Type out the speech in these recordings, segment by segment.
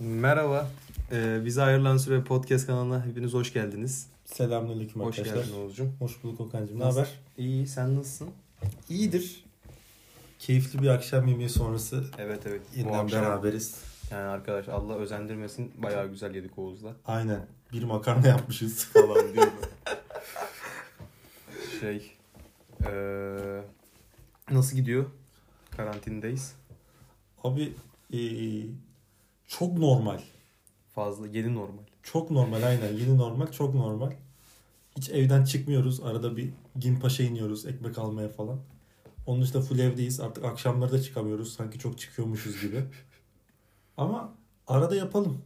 Merhaba. Ee, bize ayrılan süre podcast kanalına hepiniz hoş geldiniz. Selamünaleyküm Hoş arkadaşlar. geldin Oğuzcum. Hoş bulduk Okan'cığım. Ne Nasıl? haber? İyi, sen nasılsın? İyidir. Keyifli bir akşam yemeği sonrası Evet evet. Bu yeniden akşam- beraberiz. Yani arkadaş Allah özendirmesin. Bayağı güzel yedik Oğuz'la. Aynen. Bir makarna yapmışız falan diyor. Şey... eee, nasıl gidiyor? Karantindayız. Abi e, çok normal. Fazla, yeni normal. Çok normal aynen. Yeni normal çok normal. Hiç evden çıkmıyoruz. Arada bir Gimpaş'a iniyoruz ekmek almaya falan. Onun dışında full evdeyiz. Artık akşamları da çıkamıyoruz. Sanki çok çıkıyormuşuz gibi. Ama arada yapalım.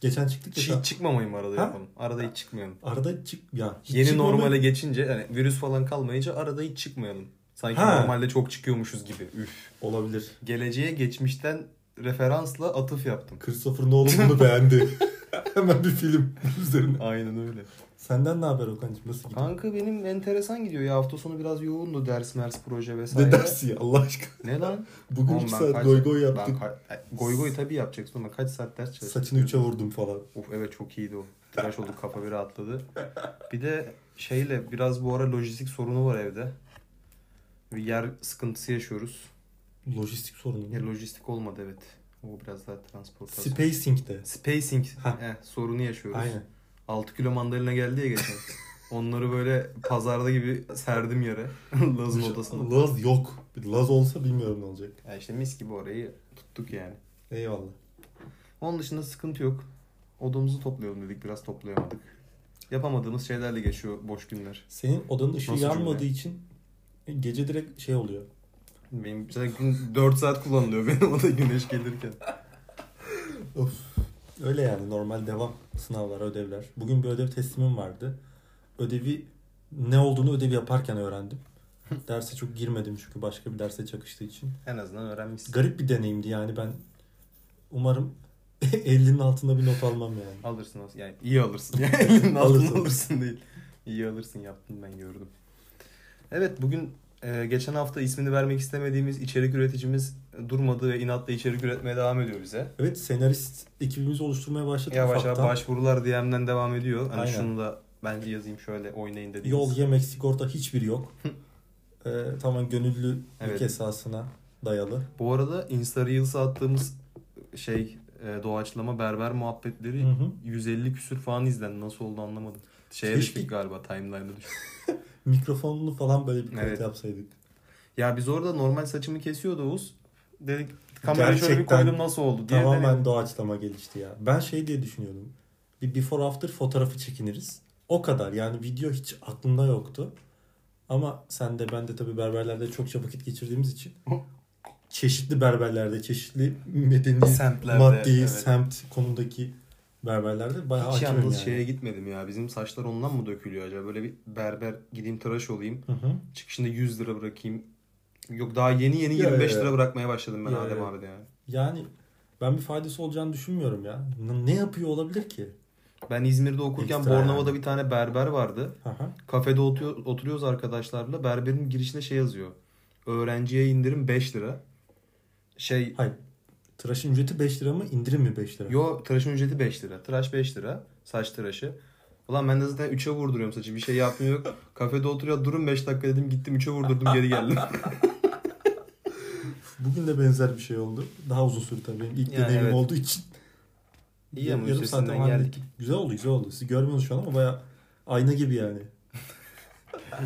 Geçen çıktık ya. Hiç çıkmamayım arada Ha? yapalım. Arada hiç çıkmayalım. Arada çık ya. hiç Yeni çıkmamayı- normale geçince, yani virüs falan kalmayınca arada hiç çıkmayalım. Sanki Ha. normalde çok çıkıyormuşuz gibi. Üf. Olabilir. Geleceğe geçmişten referansla atıf yaptım. Christopher Nolan bunu beğendi. Hemen bir film üzerine. Aynen öyle. Senden ne haber Okan'cığım? Nasıl gidiyor? Kanka benim enteresan gidiyor ya. Hafta sonu biraz yoğundu ders, mers, proje vesaire. Ne dersi ya Allah aşkına? Ne lan? Bugün Oğlum 2 ben saat kaç- goy goy ben yaptık. ka- goy goy tabii yapacaksın ama kaç saat ders çalıştın? Saçını üçe vurdum falan. Of evet çok iyiydi o. Tıraş olduk kafa bir rahatladı. Bir de şeyle biraz bu ara lojistik sorunu var evde. Bir yer sıkıntısı yaşıyoruz. Lojistik sorunu. Ya lojistik olmadı evet. O biraz daha transportasyon. Spacing'de. Spacing Ha. eh, sorunu yaşıyoruz. Aynen. 6 kilo mandalina geldi ya geçen. Onları böyle pazarda gibi serdim yere. Lazım odasına. Laz yok. Bir Laz olsa bilmiyorum ne olacak. Ya işte mis gibi orayı tuttuk yani. Eyvallah. Onun dışında sıkıntı yok. Odamızı toplayalım dedik biraz toplayamadık. Yapamadığımız şeylerle geçiyor boş günler. Senin odanın ışığı Nasıl cümle? yanmadığı için gece direkt şey oluyor. Benim zaten gün 4 saat kullanılıyor benim oda güneş gelirken. Of. Öyle yani normal devam. Sınavlar, ödevler. Bugün bir ödev teslimim vardı. Ödevi ne olduğunu ödevi yaparken öğrendim. Derse çok girmedim çünkü başka bir derse çakıştığı için. En azından öğrenmişsin. Garip bir deneyimdi yani ben umarım 50'nin altında bir not almam yani. Alırsın aslında. Yani iyi alırsın. Yani elinin altına Alırsın. alırsın. değil. İyi alırsın yaptım ben gördüm. Evet bugün e, geçen hafta ismini vermek istemediğimiz içerik üreticimiz durmadı ve inatla içerik üretmeye devam ediyor bize. Evet senarist ekibimizi oluşturmaya başladık Yavaş yavaş ufaktan. başvurular DM'den devam ediyor. Hani Aynen. şunu da ben yazayım şöyle oynayın dediğimiz. Yol, yemek, sigorta hiçbiri yok. ee, tamamen gönüllülük Evet. esasına dayalı. Bu arada Insta Reels'a attığımız şey e, doğaçlama berber muhabbetleri Hı hı. 150 küsür falan izlendi. Nasıl oldu anlamadım. Şeye Keşke- düştük galiba timeline'a düştük. Mikrofonunu falan böyle bir kayıt Evet. yapsaydık. Ya biz orada normal saçımı kesiyordu Oğuz. Dedik kamerayı şöyle bir Gerçekten koydum nasıl oldu diye. Tamamen denedik. doğaçlama gelişti ya. Ben şey diye düşünüyordum. Bir before after fotoğrafı çekiniriz. O kadar yani video hiç aklımda yoktu. Ama sen de ben de tabii berberlerde çokça vakit geçirdiğimiz için çeşitli berberlerde, çeşitli medeni, Semtlerde, maddi, evet. semt konudaki berberlerde bayağı Hiç hakimim yalnız yani. şeye gitmedim ya. Bizim saçlar ondan mı dökülüyor acaba? Böyle bir berber gideyim tıraş olayım. Hı hı. Çıkışında 100 lira bırakayım. Yok daha yeni yeni Ya, 25 ya. lira bırakmaya başladım ben Ya, Adem ya. abi de yani. Yani ben bir faydası olacağını düşünmüyorum ya. N- Ne yapıyor olabilir ki? Ben İzmir'de okurken Ekstra Bornova'da yani. bir tane berber vardı. Hı hı. Kafede otuyor, oturuyoruz arkadaşlarla. Berberin girişinde şey yazıyor. Öğrenciye indirim 5 lira. Şey Hayır. Tıraşın ücreti 5 lira mı? indirim mi 5 lira? yo tıraşın ücreti 5 lira. Tıraş 5 lira. Saç tıraşı. Ulan ben de zaten 3'e vurduruyorum saçı. Bir şey yapmıyor yok. Kafede oturuyor durun 5 dakika dedim gittim 3'e vurdurdum geri geldim. Bugün de benzer bir şey oldu. Daha uzun sürdü tabii. Benim ilk Yani deneyimim evet. olduğu için. İyi ama Yarım saatte üstesinden geldik. hallettik. Güzel oldu güzel oldu. Siz görmüyorsunuz şu an ama baya ayna gibi yani. Ne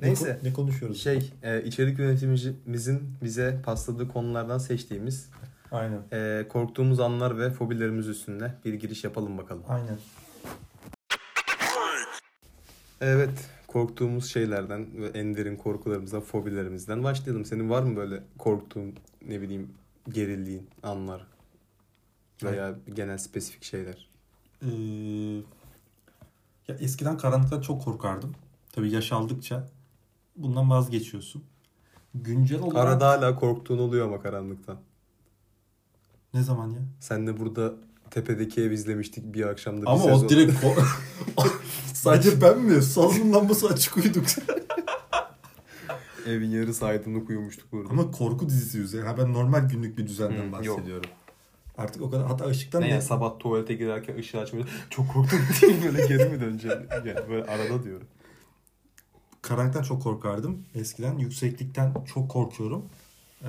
Neyse. ko- Ne, konuşuyoruz? Şey e, içerik yönetimimizin bize pasladığı konulardan seçtiğimiz Aynen. e, korktuğumuz anlar ve fobilerimiz üstünde bir giriş yapalım bakalım. Aynen. Evet. Korktuğumuz şeylerden ve en derin korkularımızdan, fobilerimizden başlayalım. Senin var mı böyle korktuğun, ne bileyim, gerildiğin anlar? Veya genel spesifik şeyler. Ee, ya eskiden karanlıktan çok korkardım. Tabii yaş aldıkça bundan vazgeçiyorsun. Güncel olarak Arada hala korktuğun oluyor ama karanlıktan. ne zaman ya? Senle burada tepedeki ev izlemiştik bir akşamda. bir Ama sezon. o direkt ko- sadece ben mi? Sazın lambası açık uyuduk. Evin yarısı aydınlık uyumuştuk burada. Ama korku dizisi üzerine. Ha, ben normal günlük bir düzenden Hı, Hmm, yok. bahsediyorum. Artık o kadar hatta ışıktan Ne bile- yani sabah tuvalete girerken ışığı açmıyor. Çok korktum diye böyle geri mi döneceğim? Yani böyle arada diyorum. karanlıktan çok korkardım eskiden. Yükseklikten çok korkuyorum. Ee,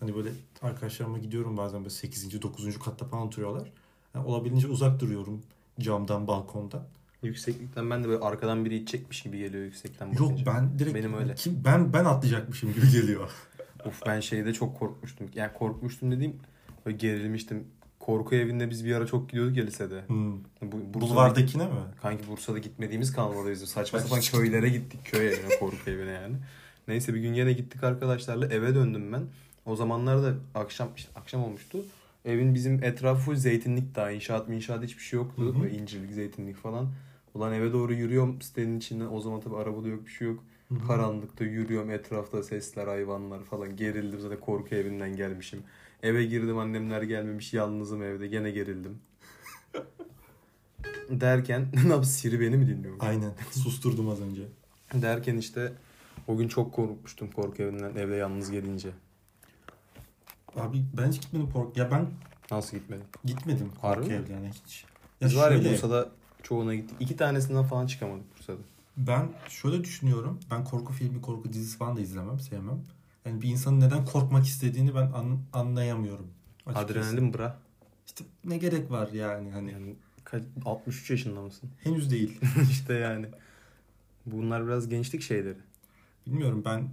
hani böyle arkadaşlarıma gidiyorum bazen böyle 8. 9. katta falan oturuyorlar. Yani olabildiğince uzak duruyorum camdan, balkondan. Yükseklikten ben de böyle arkadan biri itecekmiş gibi geliyor yüksekten bakınca. Yok ben direkt Benim öyle. Kim, ben ben atlayacakmışım gibi geliyor. Of ben şeyde çok korkmuştum. Yani korkmuştum dediğim böyle gerilmiştim. Korku evinde biz bir ara çok gidiyorduk ya lisede. Hmm. Bu, Bursa'da- Bulvardakine mi? Kanki Bursa'da gitmediğimiz kalmadı bizim. Saçma sapan köylere gittik. Köy evine, korku evine yani. Neyse bir gün yine gittik arkadaşlarla. Eve döndüm ben. O zamanlar da akşam işte akşam olmuştu. Evin bizim etrafı full zeytinlik daha. inşaat inşaat hiçbir şey yoktu. Hı hı. Böyle incirlik, zeytinlik falan. Ulan eve doğru yürüyorum sitenin içinden. O zaman tabii araba da yok bir şey yok. Hı. Karanlıkta yürüyorum etrafta sesler hayvanlar falan gerildim zaten korku evinden gelmişim. Eve girdim annemler gelmemiş yalnızım evde gene gerildim. Derken ne yapayım Siri beni mi dinliyor? Aynen. Susturdum az önce. Derken işte o gün çok korkmuştum korku evinden evde yalnız gelince. Abi ben hiç gitmedim kork. Ya ben Nasıl gitmedim? gitmedim Harbi korku mi? evlerine hiç. Ya Biz var ya şöyle- Bursa'da çoğuna gittik. İki tanesinden falan çıkamadık Bursa'da. Ben şöyle düşünüyorum. Ben korku filmi, korku dizisi falan da izlemem, sevmem. Yani bir insanın neden korkmak istediğini ben an- anlayamıyorum. açıkçası. Adrenalin bra. İşte ne gerek var yani hani. Yani kaç, 63 yaşında mısın? Henüz değil. işte yani. Bunlar biraz gençlik şeyleri. Bilmiyorum ben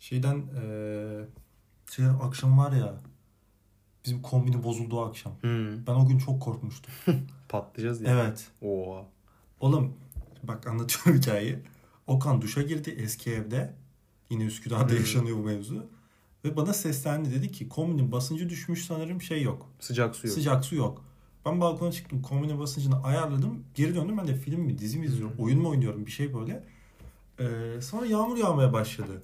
şeyden eee şey akşam var ya bizim kombini bozuldu o akşam. Hı. Ben o gün çok korkmuştum. Patlayacağız diye. Hmm. Evet. Oha. Oğlum bak anlatıyorum hikayeyi. Okan duşa girdi eski evde. Yine Üsküdar'da Hı. yaşanıyor bu mevzu. Ve bana seslendi dedi ki kombinin basıncı düşmüş sanırım şey yok. Sıcak su yok. Sıcak su yok. Ben balkona çıktım kombine basıncını ayarladım. Geri döndüm ben de film mi dizi mi izliyorum Hmm. oyun mu oynuyorum bir şey böyle. Ee, sonra yağmur yağmaya başladı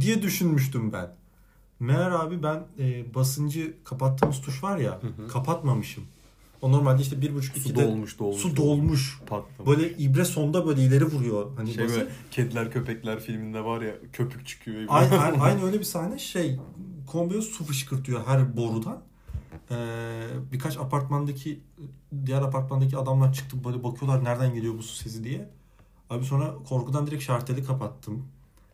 diye düşünmüştüm ben. Meğer abi ben e, basıncı kapattığımız tuş var ya kapatmamışım. O normalde işte bir buçuk Su ikide dolmuş dolmuş. su dolmuş. patlamış. Böyle ibre sonda böyle ileri vuruyor. Hani şey basın- böyle kediler köpekler filminde var ya köpük çıkıyor. evine. Aynı, aynı, aynı öyle bir sahne şey kombiyo su fışkırtıyor her borudan. Ee, birkaç apartmandaki diğer apartmandaki adamlar çıktı böyle bakıyorlar nereden geliyor bu su sesi diye. Abi sonra korkudan direkt şarteli kapattım.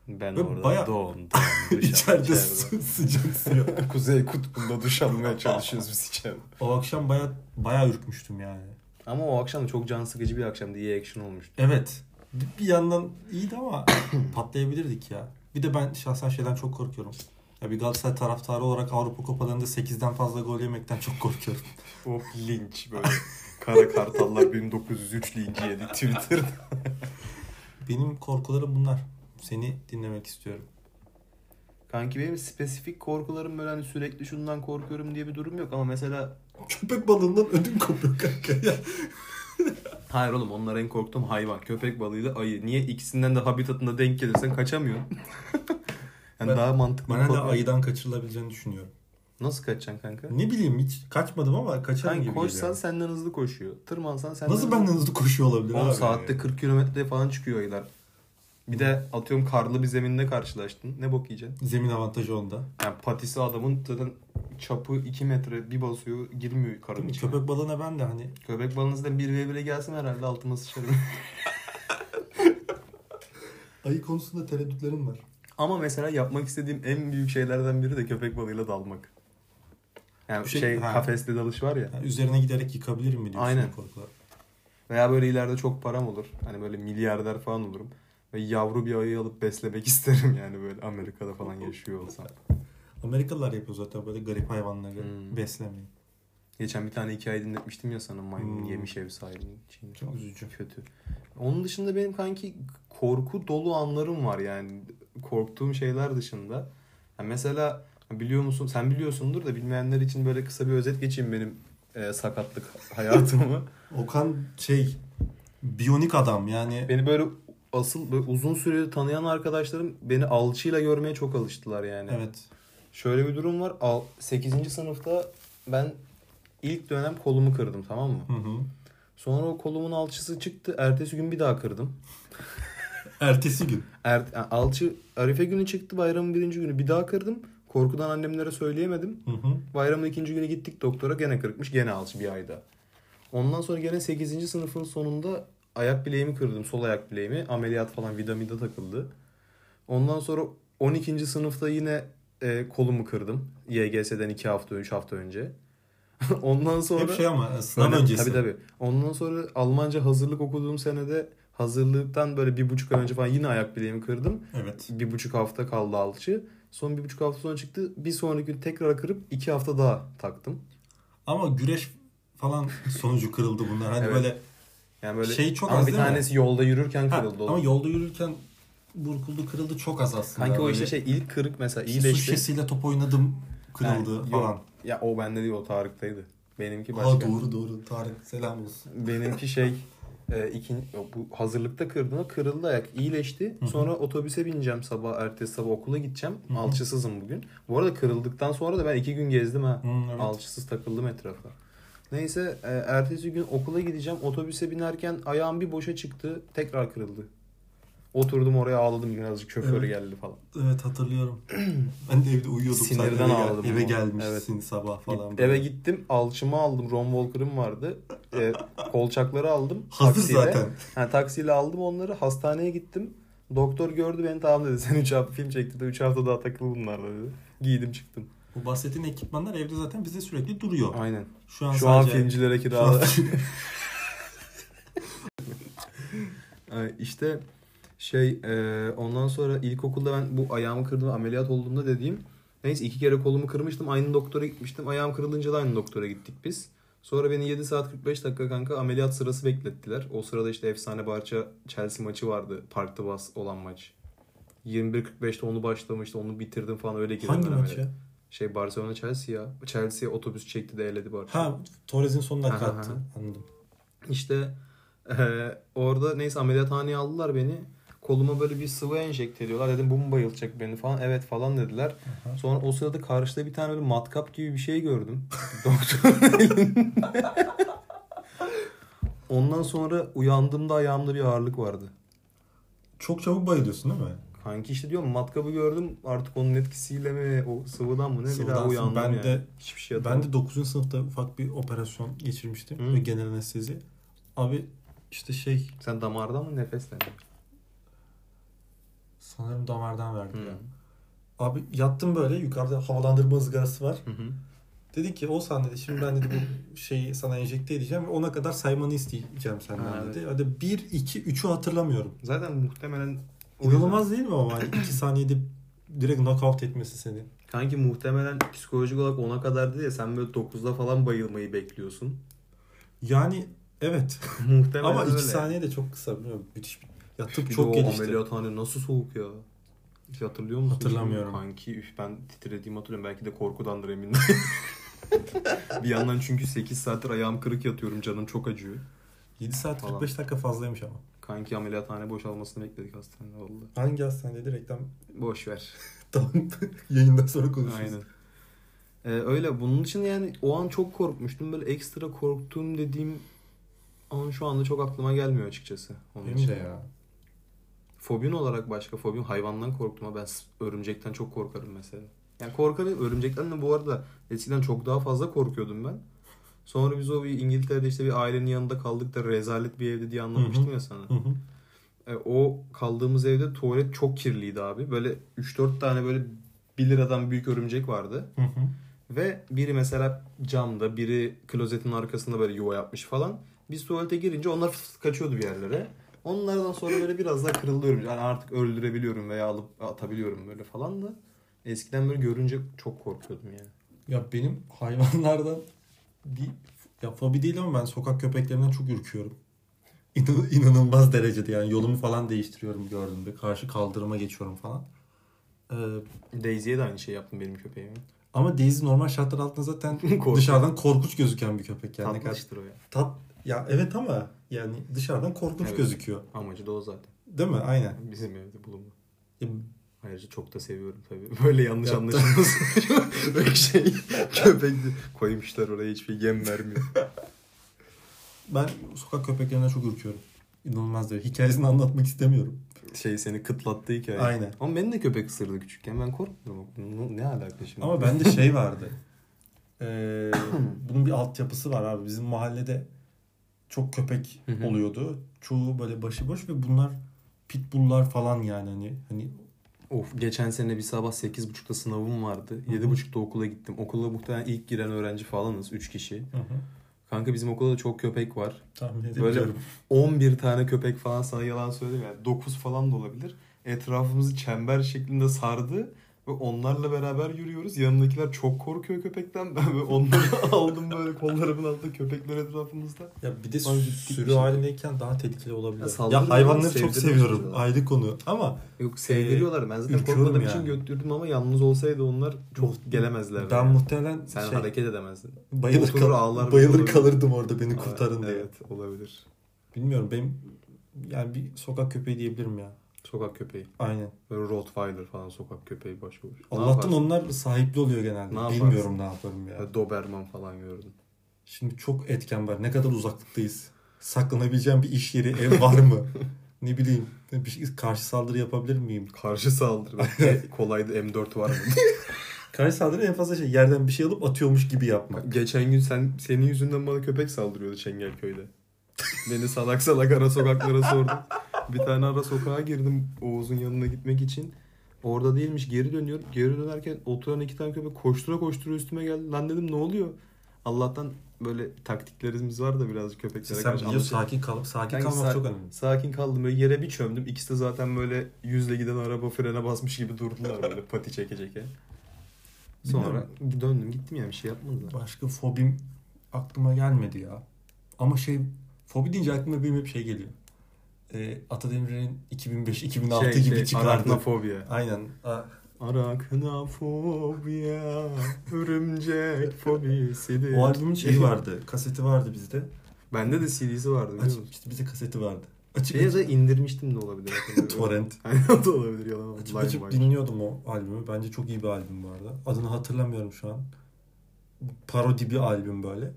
Ben Ve orada bayağı- don don içeride su, sıcak su yok. Kuzey kutbunda duş almaya çalışıyoruz biz içeride. O akşam baya baya ürkmüştüm yani. Ama o akşam da çok can sıkıcı bir akşamdı. İyi action olmuştu. Evet. bir- Bir yandan iyiydi ama patlayabilirdik ya. Bir de ben şahsen şeyden çok korkuyorum. Ya bir Galatasaray taraftarı olarak Avrupa Kupalarında 8'den fazla gol yemekten çok korkuyorum. Hop linç böyle. Kara Kartallar 1903 linci yedik Twitter'da. Benim korkularım bunlar. Seni dinlemek istiyorum. Kanki benim spesifik korkularım böyle hani sürekli şundan korkuyorum diye bir durum yok ama mesela Köpek balığından ödüm kopuyor kanka ya. hayır oğlum onlar en korktuğum hayvan. Köpek balığıyla ayı. Niye ikisinden de habitatına denk gelirsen kaçamıyorsun? yani Ben- daha mantıklı. Ben bir hala korku- ayıdan kaçırılabileceğini düşünüyorum. Nasıl kaçacaksın kanka? Ne bileyim hiç kaçmadım ama kaçarım Kanka gibi koşsan geliyor. senden hızlı koşuyor. Tırmansan senden Nasıl benden hızlı koşuyor olabilir 10 abi? saatte 40 kilometre falan çıkıyor ayılar. Bir de atıyorum karlı bir zeminde karşılaştın. Ne bok yiyeceksin? Zemin avantajı onda. Yani patisi adamın zaten çapı 2 metre bir basıyor girmiyor Değil karın mi? içine. Köpek balığına ben de hani Köpek balığınızdan bir ve bire gelsin herhalde altıma sıçarım. ayı konusunda tereddütlerim var. Ama mesela yapmak istediğim en büyük şeylerden biri de köpek balığıyla dalmak. Yani Bu şey, şey- ha. kafeste dalış var ya. Yani üzerine giderek yıkabilirim mi diyorsun Aynen. bu korkular? Veya böyle ileride çok param olur. Hani böyle milyarder falan olurum. Ve yavru bir ayı alıp beslemek isterim yani böyle Amerika'da falan yaşıyor olsam. Amerikalılar yapıyor zaten böyle garip hayvanları Hmm. beslemeyi. Geçen bir tane hikaye dinletmiştim ya sana maymun Hmm. yemiş ev sahibinin. için. Çok üzücü. Kötü. Onun dışında benim kanki korku dolu anlarım var yani. Korktuğum şeyler dışında. Ya mesela biliyor musun sen biliyorsundur da bilmeyenler için böyle kısa bir özet geçeyim benim e, sakatlık hayatımı. Okan şey biyonik adam yani beni böyle asıl böyle uzun süreli tanıyan arkadaşlarım beni alçıyla görmeye çok alıştılar yani. evet. Şöyle bir durum var. 8. sınıfta ben ilk dönem kolumu kırdım tamam mı? Hı hı. Sonra o kolumun alçısı çıktı. Ertesi gün bir daha kırdım. Ertesi gün. Er, alçı Arife günü çıktı. Bayramın birinci günü bir daha kırdım. Korkudan annemlere söyleyemedim. Hı hı. Bayramın ikinci günü gittik doktora gene kırıkmış gene alçı bir ayda. Ondan sonra gene 8. sınıfın sonunda ayak bileğimi kırdım sol ayak bileğimi. Ameliyat falan vida mida takıldı. Ondan sonra 12. sınıfta yine e, kolumu kırdım. YGS'den 2 hafta 3 hafta önce. Ondan sonra... Hep şey ama sınav Aynen, öncesi. Tabii tabii. Ondan sonra Almanca hazırlık okuduğum senede hazırlıktan böyle bir buçuk ay önce falan yine ayak bileğimi kırdım. Evet. Bir buçuk hafta kaldı alçı. Son bir buçuk hafta sonra çıktı. Bir sonraki gün tekrar kırıp iki hafta daha taktım. Ama güreş falan sonucu kırıldı bunlar. Hani Evet. böyle Yani böyle Şey çok ama az bir değil mi? tanesi yolda yürürken Ha, kırıldı. ama oğlum. yolda yürürken burkuldu kırıldı çok az aslında. Kanki o Böyle işte şey ilk kırık mesela Su iyileşti. şişesiyle top oynadım Yani kırıldı yok. falan. Ya o bende değil o Tarık'taydı. Benimki başka. Ha doğru doğru Tarık selam olsun. Benimki şey e, ikin, yok, bu hazırlıkta kırdığına kırıldı ayak. iyileşti. Sonra otobüse bineceğim sabah. Ertesi sabah okula gideceğim. Alçısızım bugün. Bu arada kırıldıktan sonra da ben iki gün gezdim ha. Hı, evet. Alçısız takıldım etrafa. Neyse e, ertesi gün okula gideceğim. Otobüse binerken ayağım bir boşa çıktı. Tekrar kırıldı. Oturdum oraya ağladım birazcık. Şoförü Evet. geldi falan. Evet hatırlıyorum. ben de evde uyuyordum. sen Sinirden eve, gel- ağladım Eve ama. gelmişsin sabah falan. Git- eve gittim. Alçımı aldım. Ron Walker'ım vardı. E, kolçakları aldım. Hazır taksiyle. zaten. Ha, taksiyle aldım onları. Hastaneye gittim. Doktor gördü beni tamam dedi. Sen 3 hafta film çekti de 3 hafta daha takıl bunlarla dedi. Giydim çıktım. Bu bahsettiğin ekipmanlar evde zaten bizde sürekli duruyor. Aynen. Şu an Şu an sadece filmcilere kirala. Ay, Ee, işte şey e, ondan sonra ilkokulda ben bu ayağımı kırdım ameliyat olduğumda dediğim neyse iki kere kolumu kırmıştım aynı doktora gitmiştim. Ayağım kırılınca da aynı doktora gittik biz. Sonra beni 7 saat 45 dakika kanka ameliyat sırası beklettiler. O sırada işte efsane Barça Chelsea maçı vardı. Parkta bas olan maç. 21.45'te onu başlamıştı. Onu bitirdim falan öyle girdim. hangi ben maç ameliyata. ya? Şey Barcelona Chelsea ya. Chelsea otobüs çekti de eledi Barça. Ha Torres'in son dakika Ha, ha, ha. attı. Anladım. İşte eee, orada neyse ameliyathaneye aldılar beni. Koluma böyle bir sıvı enjekte ediyorlar. Dedim bu mu bayılacak beni falan. Evet falan dediler. Aha. Sonra o sırada karşıda bir tane böyle matkap gibi bir şey gördüm. Doktorun elinde. Ondan sonra uyandığımda ayağımda bir ağırlık vardı. Çok çabuk bayılıyorsun değil mi? Kanki işte diyorum matkabı gördüm artık onun etkisiyle mi o sıvıdan mı ne bir daha Sıvıdansın. uyandım Ben yani. de- Hiçbir şey Ben hatırlamıyorum. de 9. sınıfta ufak bir operasyon geçirmiştim. Hı. Ve genel anestezi. Abi işte şey Sen damardan mı nefesle mi? sanırım damardan verdi Hı. ya. Abi yattım böyle yukarıda havalandırma ızgarası var. Hı hı. Dedi ki Oğuzhan dedi şimdi ben dedi bu şeyi sana enjekte edeceğim ve ona kadar saymanı isteyeceğim senden Ha, dedi. Hadi 1, 2, 3'ü hatırlamıyorum. Zaten muhtemelen o yüzden- İnanılmaz değil mi ama 2 saniyede direkt knockout etmesi seni. Kanki muhtemelen psikolojik olarak 10'a kadar değil ya sen böyle 9'da falan bayılmayı bekliyorsun. Yani evet muhtemelen ama 2 öyle. saniye de çok kısa. Bilmiyorum, Müthiş bir... Ya Bir tıp de çok o gelişti. ameliyathane nasıl soğuk ya. Hiç hatırlıyor musun? Hatırlamıyorum. Kanki üf ben titrediğimi hatırlıyorum. Belki de korkudandır eminim. bir yandan çünkü 8 saattir ayağım kırık yatıyorum. Canım çok acıyor. 7 saat Falan. 45 dakika fazlaymış ama. Kanki ameliyathane boşalmasını bekledik hastanede valla. Hangi hastanede reklam Boş ver. tamam yayından sonra konuşuruz. Aynen. Ee, öyle bunun için yani o an çok korkmuştum. Böyle ekstra korktuğum dediğim an şu anda çok aklıma gelmiyor açıkçası. Onun Benim için. de ya. Fobin olarak başka fobim hayvandan korktum ama ben s- örümcekten çok korkarım mesela. Yani korkarım örümcekten de bu arada eskiden çok daha fazla korkuyordum ben. Sonra biz o bir İngiltere'de işte bir ailenin yanında kaldık da rezalet bir evde diye anlatmıştım ya sana. Hı hı. E, o kaldığımız evde tuvalet çok kirliydi abi. Böyle 3-4 tane böyle 1 liradan büyük örümcek vardı. Hı hı. Ve biri mesela camda, biri klozetin arkasında böyle yuva yapmış falan. Biz tuvalete girince onlar fıs kaçıyordu bir yerlere. Onlardan sonra böyle biraz daha kırılıyorum. Yani artık öldürebiliyorum veya alıp atabiliyorum böyle falan da. Eskiden böyle görünce çok korkuyordum yani. Ya benim hayvanlardan bir ya fobi değil ama ben sokak köpeklerinden çok ürküyorum. İnan, inanılmaz derecede yani yolumu falan değiştiriyorum gördüğümde. Karşı kaldırıma geçiyorum falan. Ee, Daisy'ye de aynı şey yaptım benim köpeğime. ama Daisy normal şartlar altında zaten Korkunç. dışarıdan korkunç gözüken bir köpek. Yani Ne kadar- Tatmıştır o ya. tat, ya evet ama yani dışarıdan korkunç Evet. gözüküyor. Amacı da o zaten. Değil mi? Aynen. E, Bizim evde bulunma. Ya Ayrıca çok da seviyorum tabii. Böyle yanlış Ya- anlaşılmasın. Böyle şey köpek koymuşlar oraya hiçbir yem vermiyor. Ben sokak köpeklerinden çok ürküyorum. İnanılmaz derecede. Hikayesini anlatmak istemiyorum. şey seni kıtlattı hikaye. Aynen. Ama beni de köpek ısırdı küçükken. Ben korkmuyorum. Ne, ne alaka şimdi? Ama bende şey vardı. Ee, bunun bir altyapısı var abi. Bizim mahallede çok köpek Hı hı. oluyordu. Çoğu böyle başıboş ve bunlar pitbulllar falan yani hani hani Of geçen sene bir sabah 8.30'da sınavım vardı. hı. 7.30'da okula gittim. Okula muhtemelen ilk giren öğrenci falanız 3 kişi. Kanka bizim okulda da çok köpek var. tahmin Böyle edebiliyorum. 11 tane köpek falan sana yalan söyleyeyim yani 9 falan da olabilir. Etrafımızı çember şeklinde sardı ve onlarla beraber yürüyoruz. Yanımdakiler çok korkuyor köpekten. Ben böyle onları aldım böyle kollarımın altında köpekler etrafımızda. Ya bir de Lan ciddi bir sürü şey. halindeyken daha tehlikeli olabilir. Ya Ya, saldırıyor, hayvanları çok sevdirmek seviyorum. istiyorlar. Ayrı konu ama Yok sevdiriyorlar. Ben zaten ürküyorum korkmadığım yani. için götürdüm ama yalnız olsaydı onlar Muht- çok gelemezlerdi. ben muhtemelen Sen şey, hareket edemezdin. bayılır, oturur, kal- ağlar, bayılır olur. kalırdım orada beni Aa, kurtarın diye. Evet olabilir. Bilmiyorum benim yani bir sokak köpeği diyebilirim ya. Sokak köpeği. Aynen. Böyle Rottweiler falan sokak köpeği başvurur. Ne Allah'tan yaparsın? onlar sahipli oluyor genelde. Ne yaparsın? Bilmiyorum ne yaparım ya. Ya Doberman falan gördüm. Şimdi çok etken var. Ne kadar uzaklıktayız? Saklanabileceğim bir iş yeri, ev var mı? ne bileyim. Bir şey- karşı saldırı yapabilir miyim? Karşı saldırı. Bak, Kolaydı M4 var mı? Karşı saldırı en fazla şey yerden bir şey alıp atıyormuş gibi yapmak. Geçen gün sen senin yüzünden bana köpek saldırıyordu Çengelköy'de. Beni salak salak ara sokaklara sordun. Bir tane ara sokağa girdim Oğuz'un yanına gitmek için. Orada değilmiş geri dönüyorum. Geri dönerken oturan iki tane köpek koştura koştura üstüme geldi. Lan dedim ne oluyor? Allah'tan böyle taktiklerimiz var da birazcık köpeklere Sen biliyor anlatıyor. sakin kalıp sakin Kanki kalmak sa- çok önemli. Sakin kaldım. Böyle yere bir çömdüm. İkisi de zaten böyle yüzle giden araba frene basmış gibi durdular böyle pati çeke çeke. Sonra döndüm gittim yani bir şey yapmadılar. Başka fobim aklıma gelmedi ya. Ama şey fobi deyince aklıma benim hep şey geliyor. E, Atademir'in 2005-2006 Şey, gibi çıkardı. Arachnofobiya. Aynen. A- Arachnofobiya. Örümcek fobisidir. O albümün şeyi Şey- vardı. Kaseti vardı bizde. Bende de CD'si vardı biliyor musun? Şey Açık, işte bize kaseti vardı. Açık Ya açık- da indirmiştim de olabilir. Torrent. Aynen o da olabilir yalan. olmaz. Açıp açıp Limewire. dinliyordum o albümü. Bence çok iyi bir albüm bu arada. Adını hatırlamıyorum şu an. Parodi bir albüm böyle.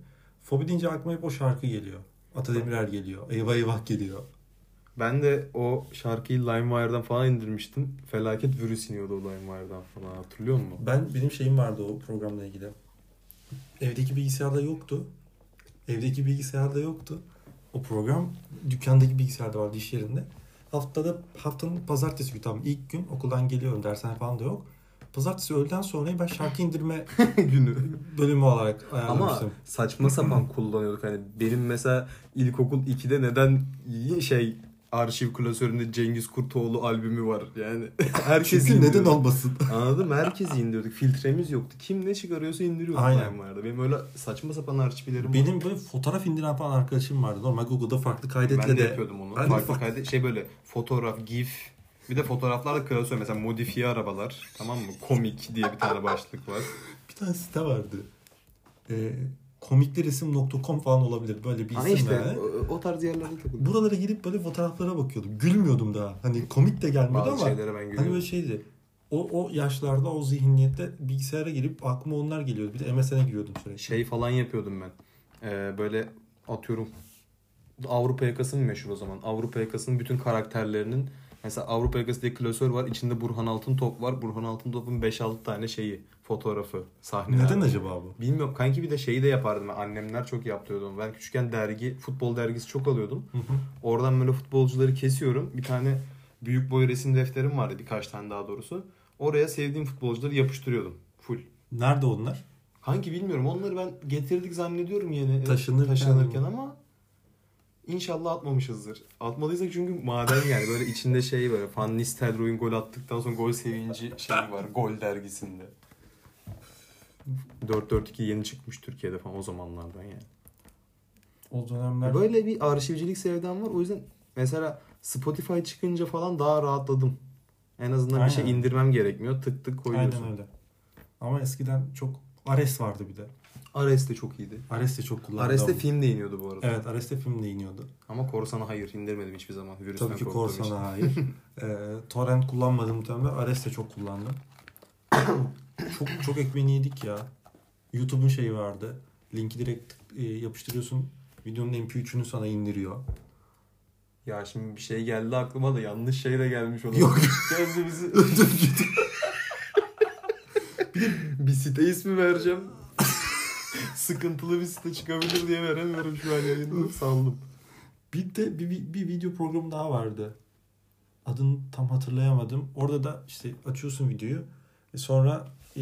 Fobi deyince aklıma hep o şarkı geliyor. Atademirer geliyor. Eyvah eyvah geliyor. Ben de o şarkıyı LimeWire'dan falan indirmiştim. Felaket virüs iniyordu o LimeWire'dan falan hatırlıyor musun? Ben benim şeyim vardı o programla ilgili. Evdeki bilgisayarda yoktu. Evdeki bilgisayarda yoktu. O program dükkandaki bilgisayarda vardı iş yerinde. Haftada haftanın pazartesi günü tam ilk gün okuldan geliyorum dershane falan da yok. Pazartesi öğleden sonra ben şarkı indirme Günü. bölümü olarak Ama ayarlamıştım. saçma sapan kullanıyorduk. Hani benim mesela ilkokul 2'de neden y- şey arşiv klasöründe Cengiz Kurtoğlu albümü var. Yani herkes Çünkü neden indiriyordu. olmasın? Anladın mı? Herkesi indiriyorduk. Filtremiz yoktu. Kim ne çıkarıyorsa indiriyorduk Aynen. Aynen. vardı. Benim öyle saçma sapan arşivlerim var. Benim böyle fotoğraf indiren falan arkadaşım vardı. Normal Google'da farklı kaydetle Ben de yapıyordum onu. Ben de Farklı farklı- kaydı- şey böyle fotoğraf, gif. Bir de fotoğraflarda klasör mesela modifiye arabalar tamam mı? Komik diye bir tane başlık var. Bir tane site vardı. Ee, komikliresim.com falan olabilir. Böyle bir Ha isim Hani işte yani. o, o tarz yerlerde takıldım. Buralara girip böyle fotoğraflara bakıyordum. Gülmüyordum daha. Hani komik de gelmiyordu Bazı ama şeylere ben hani gülüyorum. böyle şeydi. O, o yaşlarda o zihniyette bilgisayara girip aklıma onlar geliyordu. Bir de MSN'e e giriyordum sürekli. şey falan yapıyordum ben. Ee, böyle atıyorum Avrupa yakası mı meşhur o zaman? Avrupa yakasının bütün karakterlerinin mesela Avrupa yakası diye klasör var. içinde Burhan Altıntop var. Burhan Altıntop'un 5-6 tane şeyi, fotoğrafı, sahne. Neden acaba bu? Bilmiyorum. Kanki bir de şeyi de yapardım. ben. Annemler çok yaptırıyordu. onu. Ben küçükken dergi, futbol dergisi çok alıyordum. Hı hı. Oradan böyle futbolcuları kesiyorum. Bir tane büyük boy resim defterim vardı. Birkaç tane daha doğrusu. Oraya sevdiğim futbolcuları yapıştırıyordum. Full. Nerede onlar? Hangi bilmiyorum. Onları ben getirdik zannediyorum yeni. Taşınırken taşınırken mi? ama inşallah atmamışızdır. Atmadıysak çünkü maden yani böyle içinde şey böyle Van Nistelrooy'un gol attıktan sonra gol sevinci şeyi var. Gol dergisinde. 4-4-2 yeni çıkmış Türkiye'de falan o zamanlardan yani. O dönemler E Böyle bir arşivcilik sevdam var. O yüzden mesela Spotify çıkınca falan daha rahatladım. En azından bir şey Aynen. indirmem gerekmiyor. Tık tık koyuyorsun. aynen öyle. Ama eskiden çok Ares vardı bir de. Ares de çok iyiydi. Ares de çok kullanıldı. Ares'te ama. film de iniyordu bu arada. Evet Ares'te film de iniyordu. Ama korsana hayır indirmedim hiçbir zaman. Virüsten Tabii ki korktuğum için. Korsan'a hayır. Ee, torrent kullanmadım muhtemelen. Ares de çok kullandım. çok çok ekmeğini yedik ya. YouTube'un şeyi vardı. Linki direkt e, yapıştırıyorsun. Videonun MP3'ünü sana indiriyor. Ya şimdi bir şey geldi aklıma da yanlış şey de gelmiş olabilir. Yok. Gözümüzü... Öldüm gittim. bir site ismi vereceğim. Sıkıntılı bir site çıkabilir diye veremiyorum şu an yayında. Saldım. Bir de bir, bir, bir video programı daha vardı. Adını tam hatırlayamadım. Orada da işte açıyorsun videoyu. E sonra e,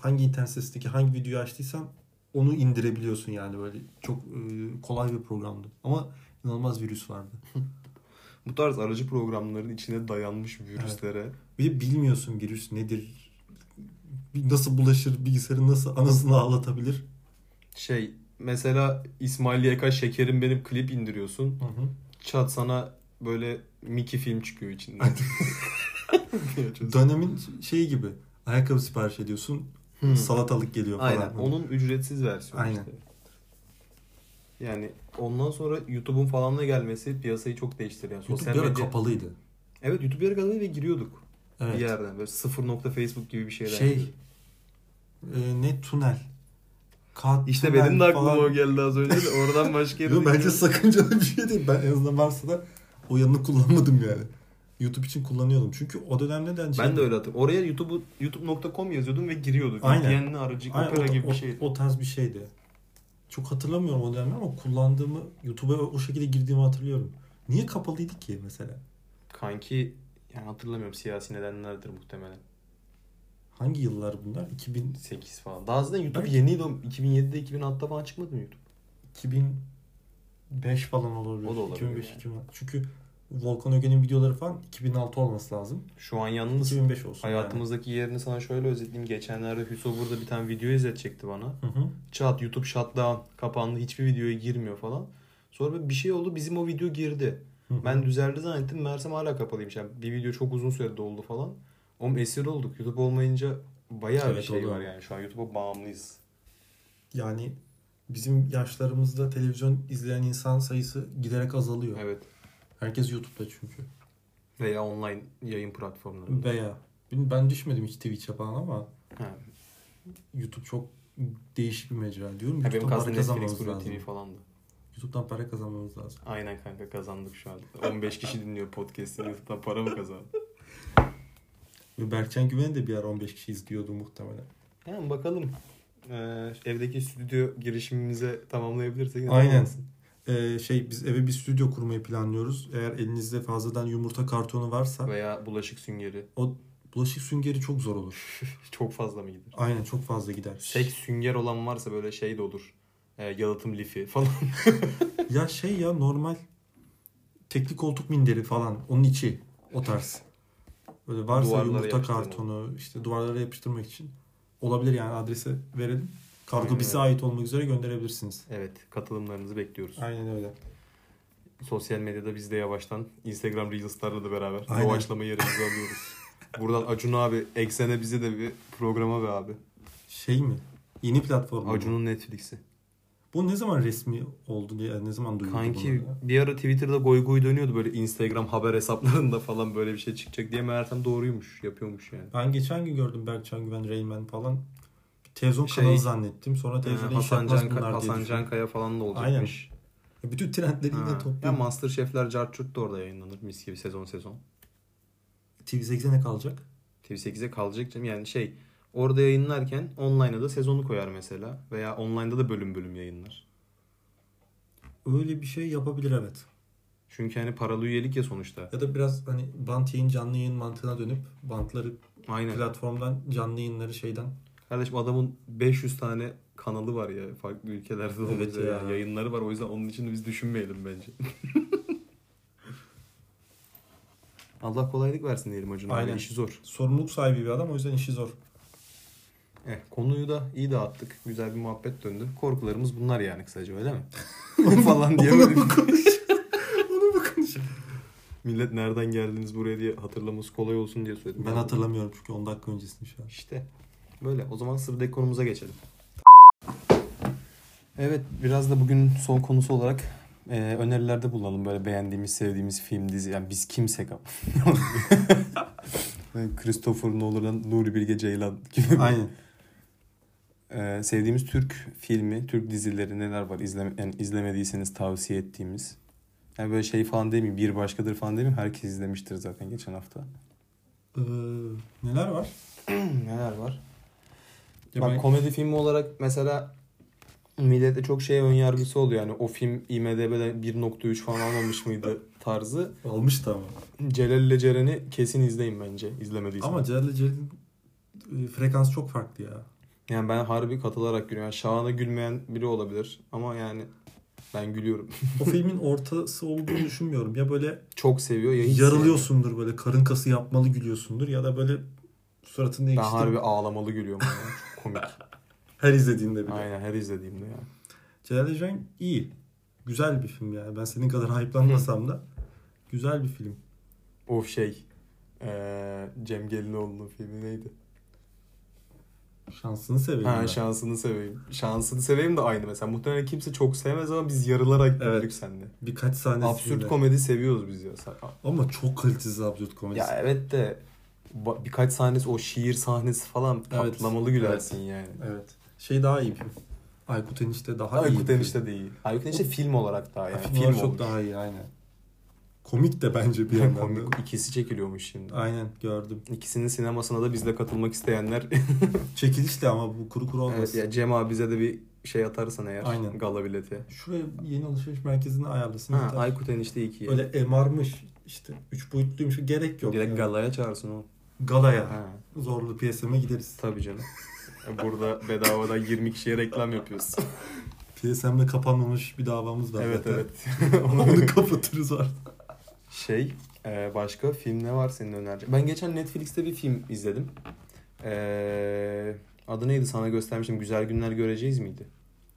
hangi internet sitesindeki hangi videoyu açtıysan onu indirebiliyorsun yani böyle çok e, kolay bir programdı. Ama inanılmaz virüs vardı. Bu tarz aracı programların içine dayanmış virüslere Bir de bilmiyorsun virüs nedir, bir- nasıl bulaşır, bilgisayarı nasıl anasını ağlatabilir. şey mesela İsmail YK şekerim benim klip indiriyorsun. Çat sana böyle Mickey film çıkıyor içinden. Dönemin şeyi gibi ayakkabı sipariş ediyorsun, Hmm. salatalık geliyor falan. hani. Aynen. Onun ücretsiz versiyonu Aynen. işte. Yani ondan sonra YouTube'un falan da gelmesi piyasayı çok değiştirdi. Yani YouTube sosyal bir ara medya- kapalıydı. Evet YouTube bir ara kapalıydı ve giriyorduk. Evet. Bir yerden böyle sıfır nokta Facebook gibi bir şeyler. Şey e, ne tunel. Kat İşte tünel benim de aklıma falan. o geldi az önce de oradan başka yere. Yok, de bence giriyorduk. sakıncalı bir şey değil. Ben en azından varsa da o yanını kullanmadım yani. YouTube için kullanıyordum. Çünkü o şey- dönemde de Ben de öyle hatırlıyorum. Oraya YouTube'u youtube.com yazıyordum ve giriyordu. Aynen. VPN'li aracı Aynen, opera o, gibi o- bir şey. şeydi. O tarz bir şeydi. Çok hatırlamıyorum o dönemde ama kullandığımı, YouTube'a o şekilde girdiğimi hatırlıyorum. Niye kapalıydı ki mesela? Kanki yani hatırlamıyorum siyasi nedenlerdir muhtemelen. Hangi yıllar bunlar? 2000, 8 falan. Daha zaten YouTube Belki- yeniydi. o. 2007'de 2006'da falan çıkmadı mı YouTube? 2005 falan olabilir. O da olabilir 2005, yani. 2006. Çünkü Volkan Öge'nin videoları falan 2006 olması lazım. Şu an yalnız 2005 olsun. hayatımızdaki yerini sana şöyle özetleyeyim. Geçenlerde Hüso burada bir tane video izletecekti bana. yani. Hı hı. Çat YouTube shutdown kapandı. Hiçbir videoya girmiyor falan. Sonra bir şey oldu. Bizim o video girdi. Hı hı. Ben düzeldi zannettim. Meğersem hala kapalıymış. Yani bir video çok uzun sürede oldu falan. Oğlum esir olduk. YouTube olmayınca bayağı bir Evet, şey oldu. var yani. Şu an YouTube'a bağımlıyız. Yani bizim yaşlarımızda televizyon izleyen insan sayısı giderek azalıyor. Evet. Herkes YouTube'da çünkü. Veya online yayın platformları. Veya ben düşmedim hiç Twitch'e falan ama Ha. YouTube çok değişik bir mecra diyorum. Ya benim YouTube'dan para kastım Netflix, kazanmamız Pro lazım. TV falandı. YouTube'dan para kazanmamız lazım. Aynen kanka kazandık şu an. 15 kişi dinliyor podcast'ini. YouTube'dan para mı kazandı? Ve Berkcan Güven'i de bir ara 15 kişi izliyordu muhtemelen. Yani bakalım. Ee, evdeki stüdyo girişimimize tamamlayabilirsek. neden Aynen. olmasın? Ee, şey biz eve bir stüdyo kurmayı planlıyoruz. Eğer elinizde fazladan yumurta kartonu varsa Veya bulaşık süngeri. o bulaşık süngeri çok zor olur. Çok fazla mı gider? Aynen çok fazla gider. Tek sünger olan varsa böyle şey de olur. Ee, yalıtım lifi falan. Ya şey ya normal tekli koltuk minderi falan onun içi o tarz. Böyle varsa Duvarlara yumurta yapıştırma. kartonu işte duvarlara yapıştırmak için olabilir yani adrese verelim. Kargo Aynen bize öyle. ait olmak üzere gönderebilirsiniz. evet katılımlarınızı bekliyoruz. Aynen öyle. Sosyal medyada biz de yavaştan Instagram Reels'larla da beraber Aynen. doğaçlama yerimizi alıyoruz. Buradan Acun abi eksene bize de bir programa be abi. Şey mi? Yeni platform. mu? Acun'un Netflix'i. Bu ne zaman resmi oldu ya ne zaman duyuldu Kanki bunu ya? bir ara Twitter'da goy goy dönüyordu böyle Instagram haber hesaplarında falan böyle bir şey çıkacak diye meğersem doğruymuş. Yapıyormuş yani. Ben geçen gün gördüm Berkcan Güven, Rayman falan. Bir televizyon Şey, kanalı zannettim. Sonra Ee, televizyonda iş Hasan, yapmaz Can, bunlar diye Hasan düşündüm. Cankaya falan da olacakmış. Ya Bütün trendleri Ha. yine Ya topluyor. Master Şefler Carchurt da orada yayınlanır mis gibi sezon sezon. TV8'e ne kalacak? TV8'e kalacak canım yani şey orada yayınlarken online'a da sezonu koyar mesela. Veya online'da da bölüm bölüm yayınlar. Öyle bir şey yapabilir evet. Çünkü hani paralı üyelik ya sonuçta. Ya da biraz hani bant yayın canlı yayın mantığına dönüp bantları Aynen. platformdan canlı yayınları şeyden Kardeşim adamın 500 tane kanalı var ya farklı ülkelerde de Evet olunca ya. ya. Yayınları var o yüzden onun için de biz düşünmeyelim bence. Allah kolaylık versin diyelim Acun abi. Aynen. İşi zor. sorumluluk sahibi bir adam o yüzden işi zor. Eh, konuyu da iyi dağıttık. Güzel bir muhabbet döndü. Korkularımız bunlar yani kısaca öyle mi? Falan diye böyle bir- Onu mu konuş? Millet nereden geldiniz buraya diye hatırlaması kolay olsun diye söyledim. Ben hatırlamıyorum çünkü 10 dakika öncesini şu an. İşte böyle. O zaman sıradaki konumuza geçelim. Evet biraz da bugün son konusu olarak e, önerilerde bulunalım. Böyle beğendiğimiz, sevdiğimiz film, dizi. Yani biz kimsek ama. Yani Christopher Nolan'ın Nuri Bilge Ceylan gibi. bir- Aynen. Ee, sevdiğimiz Türk filmi, Türk dizileri neler var? İzleme, yani izlemediyseniz tavsiye ettiğimiz. Yani böyle şey falan demeyeyim bir başkadır falan demeyeyim. Herkes izlemiştir zaten geçen hafta. Ee, neler var? Neler var? Ya Bak ben- komedi filmi olarak mesela millete çok şey önyargısı oluyor. Yani o film IMDB'de 1.3 falan almamış mıydı tarzı. Almıştı ama. Celal ile Ceren'i kesin izleyin bence izlemediyseniz. Ama Celal Celal'in e, frekansı çok farklı ya. Yani ben harbi katılarak gülüyorum. Yani Şahan'a gülmeyen biri olabilir ama yani ben gülüyorum. O filmin ortası olduğunu düşünmüyorum. Ya böyle Çok seviyor ya hiç yarılıyorsundur böyle karın kası yapmalı gülüyorsundur ya da böyle suratını sevmiyor. Ben ekşitip harbi ağlamalı gülüyorum. Yani. Çok komik. her izlediğinde bile. Aynen her izlediğimde yani. Celal Ecem iyi. Güzel bir film yani. Ben senin kadar hype'lanmasam da güzel bir film. O şey eee Cem Gelinoğlu'nun filmi neydi? Şansını seveyim ben. Ha, şansını seveyim. Şansını seveyim de aynı mesela. Muhtemelen kimse çok sevmez ama biz yarılarak güldük Evet. seninle. Birkaç sahnesi. Absürt de. komedi seviyoruz biz ya. Sa- Ama çok kalitesiz absürt komedisi. Ya evet de ba- birkaç sahnesi o şiir sahnesi falan patlamalı gülersin yani. Evet. Şey daha iyi bir film. Aykut Enişte daha iyi. bir Aykut film. Enişte de iyi. Aykut Enişte film olarak daha yani. Film Film olarak çok çok daha iyi aynen. Komik de bence bir yandan da. komik. İkisi çekiliyormuş şimdi. Aynen gördüm. İkisinin sinemasına da bizle katılmak isteyenler Çekilişle ama bu kuru kuru Evet, olmasın. ya Cem abi bize de bir şey atarsan eğer Aynen. gala bileti. Şuraya yeni alışveriş merkezini ayarlasın. Ha, yeter. Aykut Enişte iyi ki. Böyle emarmış işte. Üç boyutluymuş. Gerek yok. Direkt yani. galaya çağırsın o. Galaya. Ha. Zorlu PSM'e gideriz. Tabii canım. E, Burada bedavadan 20 kişiye reklam yapıyoruz. PSM'de kapanmamış bir davamız var evet zaten. evet. Onu kapatırız artık. şey e, başka film ne var senin önereceğin? Ben geçen Netflix'te bir film izledim. E, adı neydi sana göstermiştim. Güzel Günler Göreceğiz miydi?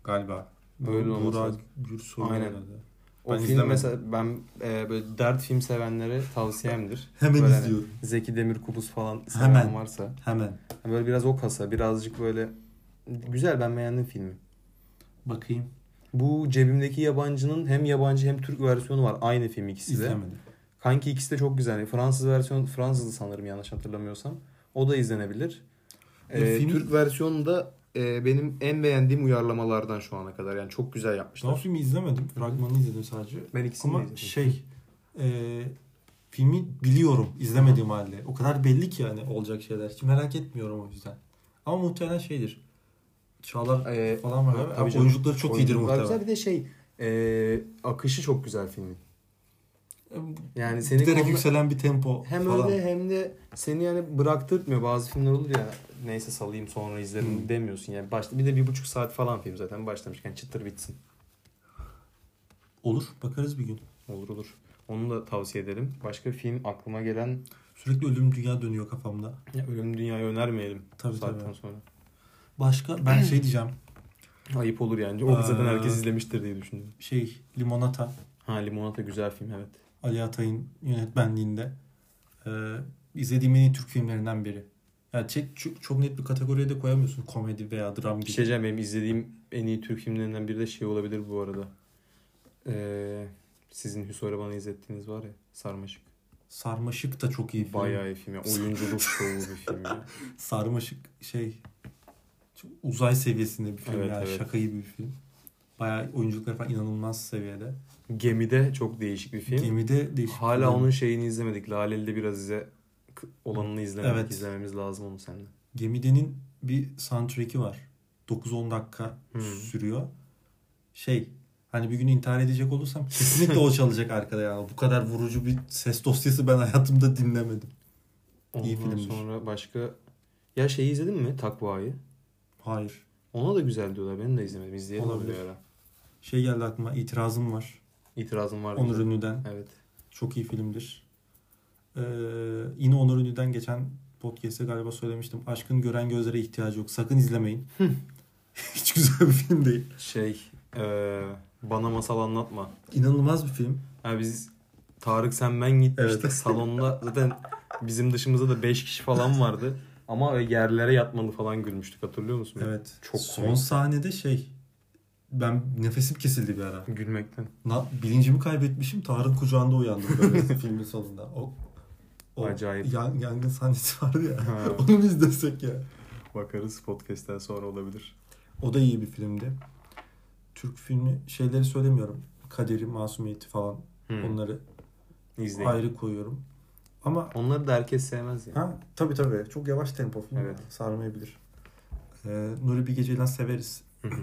Galiba. Böyle Bu- olması Burak lazım. Gürsoy Aynen. oynadı. O Ben film izlemedim. mesela ben e, böyle dert film sevenlere tavsiyemdir. Hemen Böyle hani izliyorum. Zeki Demirkubuz falan seven Hemen. varsa. Hemen. Yani Böyle biraz o kasa, birazcık böyle güzel ben beğendim filmi. Bakayım. Bu cebimdeki yabancının hem yabancı hem Türk versiyonu var. Aynı film ikisi de. İzlemedim. Kanki ikisi de çok güzel. Fransız versiyon Fransızdı sanırım yanlış hatırlamıyorsam. O da izlenebilir. Bu Ee, film- Türk versiyonu da e, benim en beğendiğim uyarlamalardan şu ana kadar. Yani çok güzel Ben o yapmışlar. filmi izlemedim. Fragmanını izledim sadece. Ben ikisini de Ama izledim. şey e, filmi biliyorum izlemediğim halde. O kadar belli ki yani olacak şeyler. Hiç merak etmiyorum o yüzden. Ama muhtemelen şeydir. Çağlar Ee, falan var. tabii Ama canım. oyunculukları çok iyidir Oyunculuklar muhtemelen. Güzel. Bir de şey e, akışı çok güzel filmin. Yani seni Giderek konuda- yükselen bir tempo Hem falan. öyle hem de seni yani bıraktırtmıyor. Bazı filmler olur ya neyse salayım sonra izlerim Hı. demiyorsun. Yani başta bir de bir buçuk saat falan film zaten başlamışken çıtır bitsin. Olur. Bakarız bir gün. Olur olur. Onu da tavsiye ederim. Başka film aklıma gelen Sürekli ölüm dünya dönüyor kafamda. ya Ölüm Dünya'yı önermeyelim. Tabii, saatten tabii. sonra. Başka ben şey diyeceğim. Ayıp olur yani. O Aa. zaten herkes izlemiştir diye düşündüm. Şey Limonata. Ha Limonata güzel film evet. Ali Atay'ın yönetmenliğinde e, izlediğim en iyi Türk filmlerinden biri. Yani çek, çok, çok net bir kategoriye de koyamıyorsun komedi veya dram Bir gibi. şey diyeceğim benim izlediğim en iyi Türk filmlerinden biri de şey olabilir bu arada. Ee, sizin Hüsora bana izlettiğiniz var ya Sarmaşık. Sarmaşık da çok iyi film. Bayağı iyi film ya. Oyunculuk şovu bir film ya. Sarmaşık şey çok uzay seviyesinde bir film Evet, yani evet. şaka gibi bir film. Bayağı oyunculukları falan inanılmaz seviyede. Gemide çok değişik bir film. Gemide değişik. Hala film. onun şeyini izlemedik. Laleli'de biraz bize k- olanını izlemedik. Evet. İzlememiz lazım onu seninle. Gemide'nin bir soundtrack'i var. 9-10 dakika Hmm. sürüyor. Şey hani bir gün intihar edecek olursam kesinlikle o çalacak arkada yani. Bu kadar vurucu bir ses dosyası ben hayatımda dinlemedim. Ondan İyi filmmiş. sonra başka... Ya şeyi izledin mi? Takva'yı. Hayır. Ona da güzel diyorlar. Ben de izlemedim. İzleyelim onu Olabilir. bir ara. Şey geldi aklıma itirazım var. İtirazım var. Onur Ünlü'den. Evet. Çok iyi filmdir. Ee, yine Onur Ünlü'den geçen podcast'te galiba söylemiştim. Aşkın gören gözlere ihtiyacı yok. Sakın izlemeyin. Hiç güzel bir film değil. Şey... eee, bana masal anlatma. İnanılmaz bir film. Ha biz Tarık sen ben gitmiştik Evet. salonda. Zaten bizim dışımızda da 5 kişi falan vardı. Ama yerlere yatmalı falan gülmüştük hatırlıyor musun? Evet. Çok Son komik. sahnede şey ben nefesim kesildi bir ara. Gülmekten. Na, bilincimi kaybetmişim. Tarık kucağında uyandım böyle filmin sonunda. O, o Acayip. yan- yangın sahnesi vardı ya. Ha. Onu biz desek ya. Bakarız podcast'ten sonra olabilir. O da iyi bir filmdi. Türk filmi şeyleri söylemiyorum. Kaderi, masumiyeti falan. Hı. Hmm. Onları İzleyin. ayrı koyuyorum. Ama Onları da herkes sevmez yani. ha tabii tabii çok yavaş tempo film. Evet. Sarmayabilir. Ee, Nuri Bilge Ceylan severiz. Hı hı.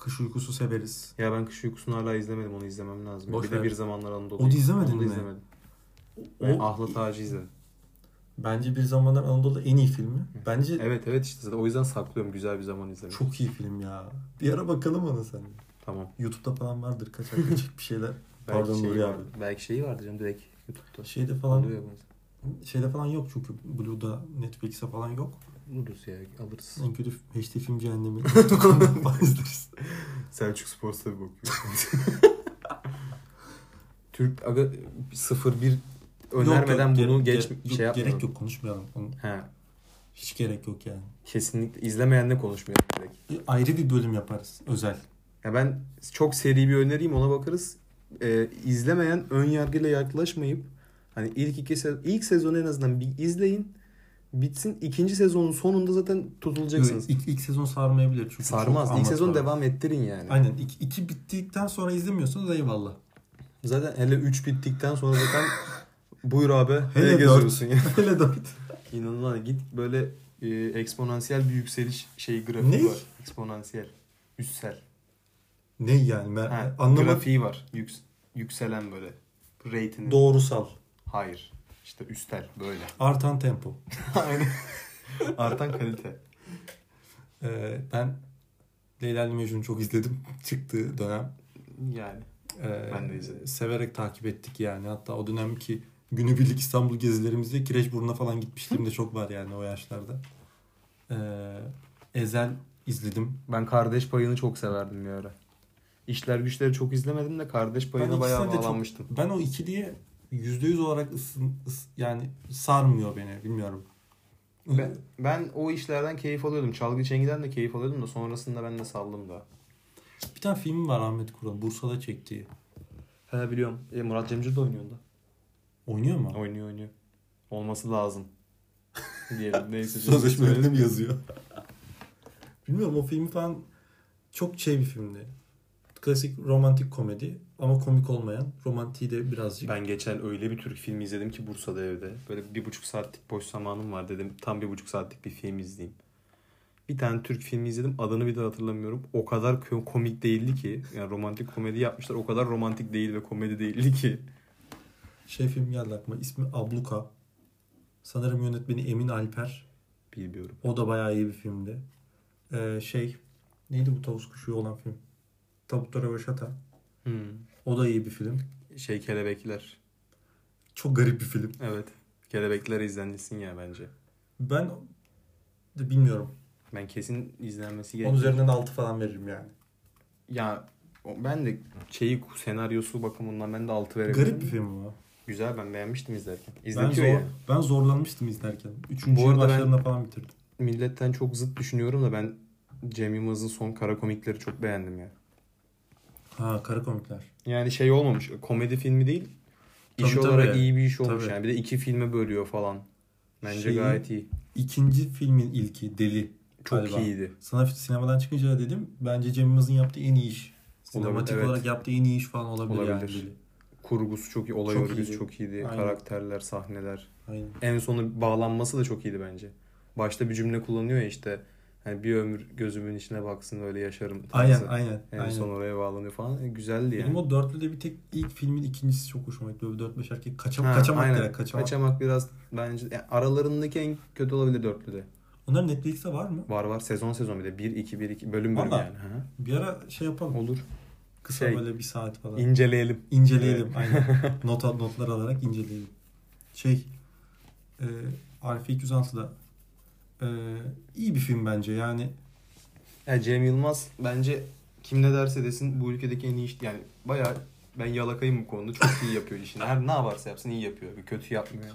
Kış Uykusu severiz. Ya ben Kış Uykusu'nu hala izlemedim. Onu izlemem lazım. Boş bir de ver. Bir Zamanlar Anadolu'yu. Onu izlemedin Onu da mi? izlemedim. O- Ben Ahlat Ağacı izledim. Bence Bir Zamanlar Anadolu en iyi filmi. Bence Evet evet işte zaten o yüzden saklıyorum. Güzel bir zaman izlemek. çok iyi film ya. Bir ara bakalım ona sen. Tamam. YouTube'da falan vardır kaçak kaçak bir şeyler. Belki Pardon şeyi Nuri var- abi. Belki şeyi vardı canım direkt YouTube'da. Şeyde Falan. falan şeyde falan yok çünkü Blue'da Netflix'e falan yok. Buluruz ya alırız. En kötü HD film cehennemi. Tutuklandı falan izleriz. Selçuk Sports'a bir bakıyor. Türk aga 01 önermeden Yok, yok, bunu gere- geç gere- şey yok, yapmayalım. Gerek yok konuşmayalım. Onun He, Hiç gerek yok yani. kesinlikle izlemeyenle konuşmayalım direkt. E, Ayrı bir bölüm yaparız özel. Ya ben çok seri bir öneriyim ona bakarız. Ee, izlemeyen ön yargıyla yaklaşmayıp hani ilk iki se- ilk sezonu en azından bir izleyin. Bitsin. ikinci sezonun sonunda zaten tutulacaksınız. İlk, ilk sezon sarmayabilir çünkü. Sarmaz. çok İlk sezon anlat var. devam ettirin yani. Aynen. İki, iki bittikten sonra izlemiyorsanız eyvallah. Zaten hele 3 bittikten sonra zaten buyur abi. Hele Hele dört. geziyorsun ya. Hele dört. İnanılmaz. Git böyle e, eksponansiyel bir yükseliş şey grafiği Ne? var. Eksponansiyel. Üstsel. Ne yani? Ben Ha, anlamadım. Grafiği var. Yüks- yükselen böyle. Rate'ini. Doğrusal. Hayır. İşte üstel böyle. Artan tempo. Aynen. Artan kalite. Ee, ben Leyla ile Mecnun'u çok izledim. Çıktığı dönem. Yani. Ee, Ben de izledim. Severek takip ettik yani. Hatta o dönemki günübirlik İstanbul gezilerimizde Kireçburnu'na falan gitmişliğim de çok var yani o yaşlarda. Ee, Ezel izledim. Ben kardeş payını çok severdim bir ara. İşler güçleri çok izlemedim de kardeş payına ikisine bayağı de çok- bağlanmıştım. Ben o ikiliye %100 olarak ısın, ıs- yani sarmıyor beni bilmiyorum. Ben, ben o işlerden keyif alıyordum. Çalgı Çengi'den de keyif alıyordum da sonrasında ben de saldım da. Bir tane filmi var Ahmet Kural Bursa'da çektiği. He biliyorum. E, Murat Cemcir de oynuyor onda. Oynuyor mu? Oynuyor oynuyor. Olması lazım. Diyelim neyse. Sözleşmelerinde mi yazıyor? Bilmiyorum o film falan çok şey bir filmdi. Klasik romantik komedi ama komik olmayan. Romantiği de birazcık. Ben geçen öyle bir Türk filmi izledim ki Bursa'da evde. Böyle bir buçuk saatlik boş zamanım var dedim. Tam bir buçuk saatlik bir film izleyeyim. Bir tane Türk filmi izledim. Adını bir de hatırlamıyorum. O kadar kö- komik değildi ki. Yani romantik komedi yapmışlar. O kadar romantik değil ve komedi değildi ki. Şey film geldi aklıma. ismi Abluka. Sanırım yönetmeni Emin Alper. Bilmiyorum. O da bayağı iyi bir filmdi. Ee, şey neydi bu tavus kuşu olan film? Tabutta Röveşata. O da iyi bir film. Şey kelebekler. Çok garip bir film. Evet. Kelebekler izlenilsin ya bence. Ben de bilmiyorum. Ben kesin izlenmesi Onun gerekiyor. üzerinden 6 falan veririm yani. Ya o- ben de şeyi senaryosu bakımından ben de 6 verebilirim. Garip bir film ama. Güzel ben beğenmiştim izlerken. Ben, zor, İzletiyor ya. ben zorlanmıştım izlerken. Üçüncü Bu arada başlarında falan bitirdim. Milletten çok zıt düşünüyorum da ben Cem Yılmaz'ın son kara komikleri çok beğendim ya. Ha kara komikler. Yani şey olmamış komedi filmi değil. Tabii, İş tabii. olarak iyi bir iş olmuş Tabii. yani. Bir de iki filme bölüyor falan. Bence Şeyi- gayet iyi. İkinci filmin ilki Deli. Çok galiba. iyiydi. Sana sinemadan çıkınca da dedim bence Cem Yılmaz'ın yaptığı en iyi iş. Sinematik Olabilir, evet. olarak yaptığı en iyi iş falan olabilir, yani. Olabilir. Deli. Kurgusu çok iyi, olay Çok örgüsü iyiydi. çok iyiydi. Aynen. Karakterler, sahneler. Aynen. En sonu bağlanması da çok iyiydi bence. Başta bir cümle kullanıyor ya işte. Hani bir ömür gözümün içine baksın öyle yaşarım. Aynen tarzı. aynen. En aynen. son oraya bağlanıyor falan. E, Güzeldi yani. Benim o dörtlüde bir tek ilk filmin ikincisi çok hoşuma gitti. Böyle dört beş erkek kaçam, Ha, kaçamak aynen. direkt kaçamak. biraz bence yani aralarındaki en kötü olabilir dörtlüde. Onlar Netflix'te var mı? Var var sezon sezon bir de 1 2 1 2 bölüm bölüm Valla. yani. Hı hı. Bir ara şey yapalım. Olur. Kısa şey, böyle bir saat falan. İnceleyelim. İnceleyelim. Aynen. Not, notlar alarak inceleyelim. Şey e, Arif 206 da e, iyi bir film bence. Yani Ya Cem Yılmaz bence kim ne derse desin bu ülkedeki en iyi iş yani bayağı ben yalakayım bu konuda çok iyi yapıyor işini. Her ne yaparsa yapsın iyi yapıyor. Bir kötü yapmıyor.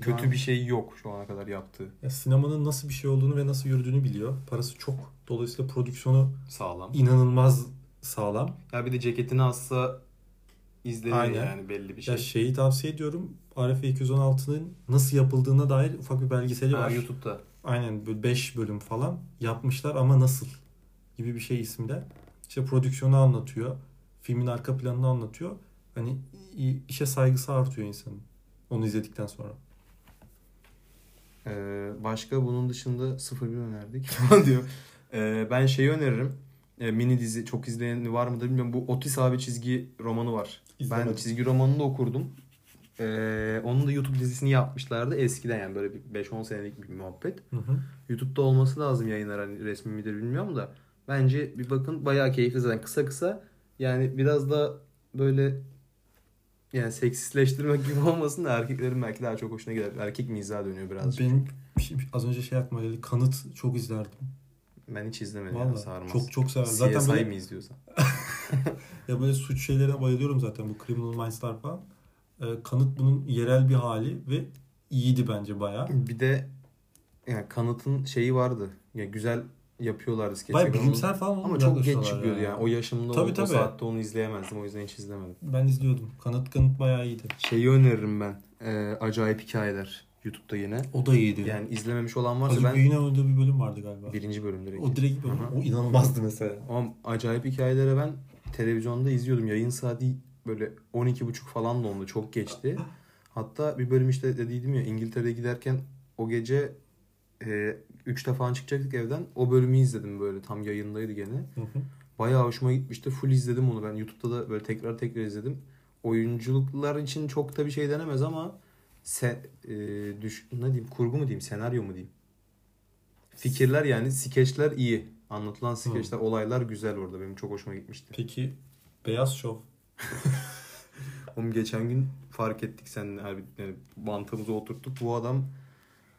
Kötü bir şey yok şu ana kadar yaptığı. Ya sinemanın nasıl bir şey olduğunu ve nasıl yürüdüğünü biliyor. Parası çok. Dolayısıyla prodüksiyonu Sağlam. inanılmaz sağlam. Ya bir de ceketini assa izleniyor Aynen. yani belli bir Ya şey. şeyi tavsiye ediyorum. Arif 216'nın nasıl yapıldığına dair ufak bir belgeseli Ha, var. YouTube'da. Aynen böyle 5 bölüm falan yapmışlar ama nasıl gibi bir şey ismi de. İşte prodüksiyonu anlatıyor. Filmin arka planını anlatıyor. hani i- işe saygısı artıyor insanın. Onu izledikten sonra. Ee, başka bunun dışında 01 önerdik falan diyor. Ee, ben şeyi öneririm. Ee, mini dizi çok izleyeni var mı da bilmiyorum. Bu Otis abi çizgi romanı var. Ben İzlemedim. çizgi romanını da okurdum. Ee, onun da YouTube dizisini yapmışlardı eskiden yani böyle bir 5-10 senelik bir muhabbet. Hı hı. YouTube'da olması lazım yayınlar hani resmi midir bilmiyorum da. Bence bir bakın bayağı keyifli zaten kısa kısa. Yani biraz da böyle yani seksisleştirmek gibi olmasın da erkeklerin belki daha çok hoşuna gider. Erkek mizah dönüyor birazcık. Benim bir- bir- az önce şey aklıma geldi. Kanıt çok izlerdim. Ben hiç izlemedim ya Vallahi sarmaz. çok çok severdim. Zaten Zaten CSI böyle, mi izliyorsan? ya böyle suç şeylerine bayılıyorum zaten bu Criminal Minds'lar falan. Ee, kanıt bunun yerel bir hali ve iyiydi bence bayağı. Bir de yani kanıtın şeyi vardı. Ya güzel yapıyorlardı skeçleri. Bayağı bilimsel falan Ama olmuyor çok arkadaşlar geç çıkıyordu yani. O yaşımda Tabii, o, tabii. o saatte onu izleyemezdim. O yüzden hiç izlemedim. Ben izliyordum. Kanıt kanıt bayağı iyiydi. Şeyi öneririm ben. Ee, acayip hikayeler. Youtube'da yine. O da iyiydi. Yani Yani izlememiş olan Az varsa önce ben yine oynadığı bir bölüm vardı galiba. birinci bölüm direkt. O direkt bir Aha. bölüm. O inanılmazdı mesela. Ama acayip hikayelere ben televizyonda izliyordum. Yayın saati böyle 12.30 falan da onda çok geçti. Hatta bir bölüm işte dediydim ya İngiltere'ye giderken o gece e, 3 defa çıkacaktık evden. O bölümü izledim böyle tam yayındaydı gene. Hı hı. Bayağı hoşuma gitmişti. Full izledim onu ben. YouTube'da da böyle tekrar tekrar izledim. Oyunculuklar için çok da bir şey denemez ama se, e, düş, ne diyeyim kurgu mu diyeyim senaryo mu diyeyim. Fikirler yani skeçler iyi. Anlatılan skeçler olaylar güzel orada. Benim çok hoşuma gitmişti. Peki Beyaz Şov. Oğlum geçen gün fark ettik sen abi yani mantığımızı oturttuk. Bu adam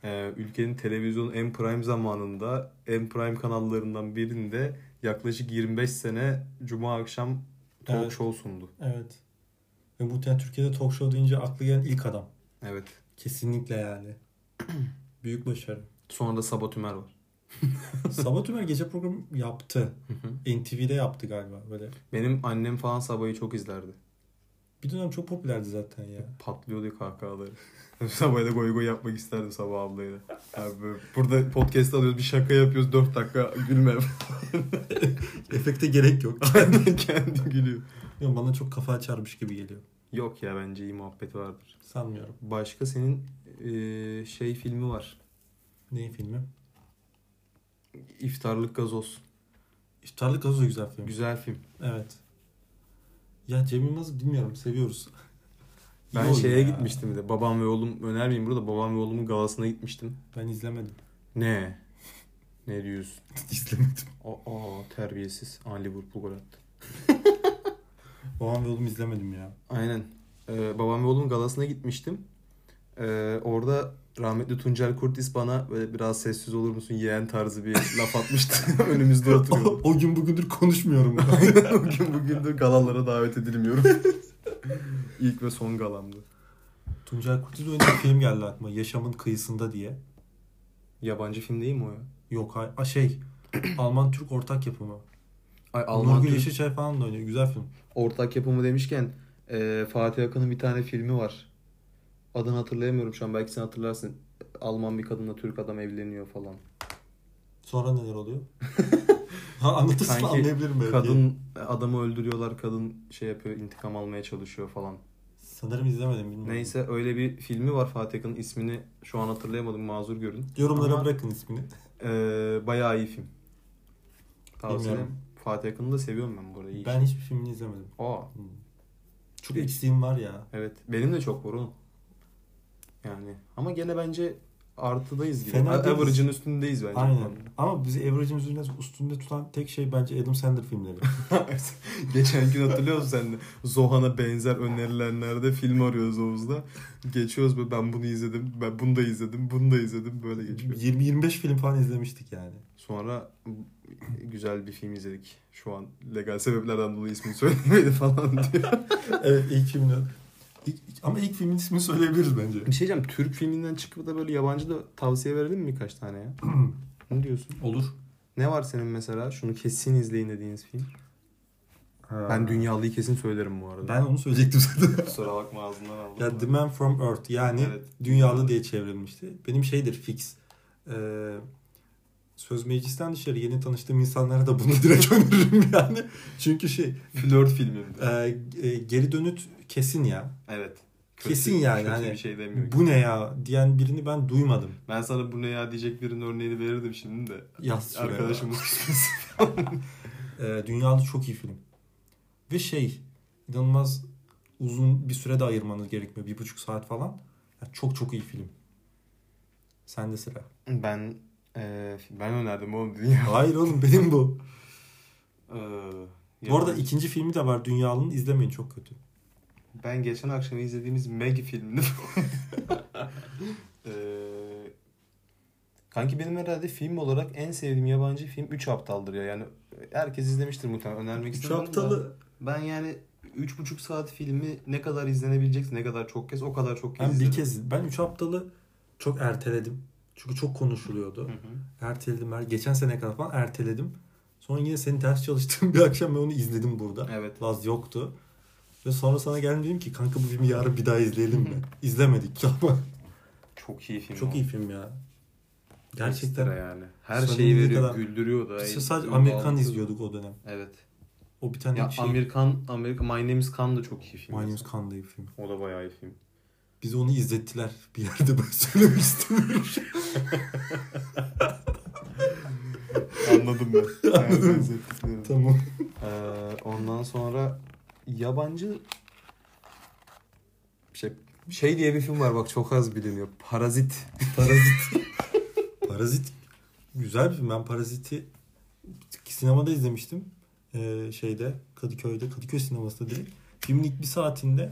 e, ülkenin televizyonun en prime zamanında en prime kanallarından birinde yaklaşık 25 sene cuma akşam talk Evet. show sundu. Evet. Ve muhtemelen Türkiye'de talk show deyince aklı gelen ilk adam. Evet. Kesinlikle yani. Büyük başarı. Sonra da Sabah Tümer var. Sabah Tümer gece programı yaptı. NTV'de yaptı galiba böyle. Benim annem falan Sabah'ı çok izlerdi. Bir dönem çok popülerdi zaten ya. Patlıyordu kahkahaları. Sabah'a da goy goy yapmak isterdim Sabah ablayla. Abi böyle burada podcast alıyoruz bir şaka yapıyoruz 4 dakika gülme. Efekte gerek yok. Kendi kendi gülüyor. Yok, Bana çok kafa açarmış gibi geliyor. Yok ya bence iyi muhabbet vardır. Sanmıyorum. Başka senin eee, şey filmi var. Neyin filmi? İftarlık gazoz. İftarlık Gazoz da güzel film. Güzel film. Evet. Ya Cem Yılmaz'ı bilmiyorum. Seviyoruz. İyi Ben oyun şeye ya. gitmiştim bir de. Babam ve oğlum önermeyeyim burada. Babam ve oğlumun galasına gitmiştim. Ben izlemedim. Ne? Ne diyorsun? izlemedim. Aa terbiyesiz. Aa Liverpool gol attı. Babam ve oğlum izlemedim ya. Aynen. Ee, babam ve oğlum galasına gitmiştim. Ee, orada rahmetli Tuncel Kurtis bana böyle biraz sessiz olur musun yeğen tarzı bir laf atmıştı. Önümüzde oturuyordu. o gün bugündür konuşmuyorum. Aynen o gün bugündür galalara davet edilmiyorum. İlk ve son galamdı. Tuncay Kurtiz oynadığı bir film geldi aklıma. Yaşamın Kıyısında diye. Yabancı film değil mi o ya? Yok hay- a, şey Alman Türk ortak yapımı. Ay Alman Alman film- Nurgül Yeşilçay falan da oynuyor. Güzel film. ortak yapımı demişken e, Fatih Akın'ın bir tane filmi var. Adını hatırlayamıyorum şu an belki sen hatırlarsın. Alman bir kadınla Türk adam evleniyor falan. Sonra neler oluyor? ha, anlatırsın Sanki anlayabilirim belki. Kadın adamı öldürüyorlar, kadın şey yapıyor, intikam almaya çalışıyor falan. Sanırım izlemedim bilmiyorum. Neyse öyle bir filmi var Fatih Akın'ın ismini şu an hatırlayamadım mazur görün. Yorumlara Ama, bırakın ismini. e, bayağı iyi film. Tavsiye Bilmiyorum. ederim. Fatih Akın'ı da seviyorum ben bu arada. iyi Ben hiçbir filmini izlemedim. iş. Aa, Hmm. Çok Peki. eksiğim var ya. evet. Benim de çok var oğlum. Yani ama gene bence artıdayız gibi. Fena değiliz. Average'ın üstündeyiz bence. Aynen. Ama bizi average'in üzerinde, üstünde tutan tek şey bence Adam Sandler filmleri. Geçen gün hatırlıyor musun sen de? Zohan'a benzer önerilenlerde film arıyoruz Oğuz'da. Geçiyoruz böyle ben bunu izledim, ben bunu da izledim, bunu da izledim böyle geçiyor. 20-25 film falan izlemiştik yani. Sonra güzel bir film izledik. Şu an legal sebeplerden dolayı ismini söylemeydi falan diyor. evet ilk filmini. İlk- ilk- ama ilk filmin ismini söyleyebiliriz bence. Bir şey diyeceğim. Türk filminden çıkıp da böyle yabancı da tavsiye verelim mi birkaç tane ya? ne diyorsun? Olur. Ne var senin mesela? Şunu kesin izleyin dediğiniz film. Ben Dünyalı'yı kesin söylerim bu arada. Ben onu söyleyecektim zaten. Kusura bakma ağzından aldım. ya The Man From Earth yani Evet. dünyalı diye çevrilmişti. Benim şeydir fix. Ee, söz meclisten dışarı yeni tanıştığım insanlara da bunu direkt öneririm yani. Çünkü şey Flört filmimdi. e, e, geri dönüt kesin ya. Evet. Kesin yani kötü hani bir şey demiyorum. Bu ne ya diyen birini ben duymadım. Ben sana bu ne ya diyecek birinin örneğini verirdim şimdi de. Yaz şuraya. Arkadaşımız küsmesin. Ee, dünyada çok iyi film. Ve şey inanılmaz uzun bir sürede ayırmanız gerekmiyor. Bir buçuk saat falan. Yani çok çok iyi film. Sende sıra. ben e, ben önerdim oğlum dünya. Hayır oğlum benim bu. Ee, yani Bu arada ikinci filmi de var Dünyalı'nın. izlemeyin çok kötü. ben geçen akşam izlediğimiz Maggie filmini Ee, Kanki benim herhalde film olarak en sevdiğim yabancı film 3 Aptal'dır ya. Yani herkes izlemiştir muhtemelen. Önermek Üç istemem ama- haftalı Ben yani 3,5 saat filmi ne kadar izlenebilecekse ne kadar çok kez o kadar çok kez ben bir izledim. kez ben 3 haftalı çok erteledim. Çünkü çok konuşuluyordu. Hı hı. Erteledim. her- Geçen sene kadar falan erteledim. Sonra yine senin ters çalıştığın bir akşam ben onu izledim burada. Evet. Laz yoktu. Ve sonra sana geldim dedim ki kanka bu filmi yarın bir daha izleyelim mi? İzlemedik ama Çok iyi film. çok o. iyi film ya. Ekstra Gerçekten. yani. Her Sonuna şeyi veriyor, kadar- güldürüyor da. Biz Ay, sadece yolu Amerikan aldı. izliyorduk o dönem. Evet. O bir tane Ya şey. Amerikan, Amerika My Name is Khan da çok iyi film. My Name's Khan diye bir film. O da bayağı iyi film. Bize onu izlettiler. Bir yerde ben söylemek istemiyorum. Anladım ben. Anladım. tamam. Ee, ondan sonra yabancı şey şey diye bir film var bak çok az biliniyor. Parazit. Parazit. Parazit güzel bir film. Ben Parazit'i sinemada izlemiştim. Ee, şeyde Kadıköy'de Kadıköy sinemasında direkt. Filmin ilk bir saatinde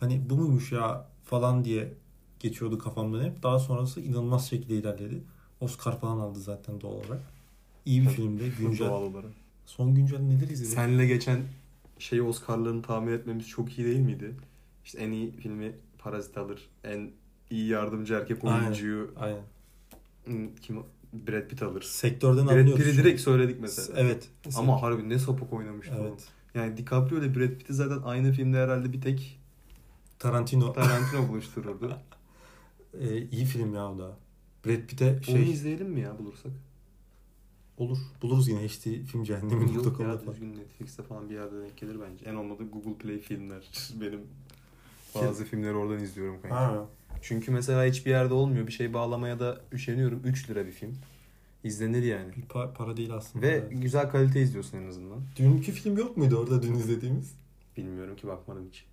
hani bu muymuş ya falan diye geçiyordu kafamdan hep. Daha sonrası inanılmaz şekilde ilerledi. Oscar falan aldı zaten doğal olarak. İyi bir filmdi. Güncel. Doğal olarak. Son güncel neler izledik? Senle geçen şey Oscar'larını tahmin etmemiz çok iyi değil miydi? İşte en iyi filmi Parazit alır. En iyi yardımcı erkek Aynen. oyuncuyu Aynen. ım, kim Brad Pitt alır. Sektörden Brad anlıyoruz. Pitt'i şu an. direkt söyledik mesela. Evet. Ama harbi ne sapık oynamıştı o. Evet. Yani DiCaprio ile Brad Pitt'i zaten aynı filmde herhalde bir tek Tarantino. Tarantino buluştururdu. Ee, iyi film ya o da. Brad Pitt'e Onu şey izleyelim mi ya bulursak? Olur. Buluruz yine HD film Yok cehennemi.com'da ya falan. düzgün Netflix'te falan bir yerde denk gelir bence. En olmadı Google Play filmler. Benim bazı filmleri oradan izliyorum kanka. Ha. Çünkü mesela hiçbir yerde olmuyor. Bir şey bağlamaya da üşeniyorum. 3 lira bir film. İzlenir yani. Bir pa- para değil aslında. Ve güzel kalite izliyorsun en azından. dünkü film yok muydu orada dün izlediğimiz? Bilmiyorum ki bakmadım hiç.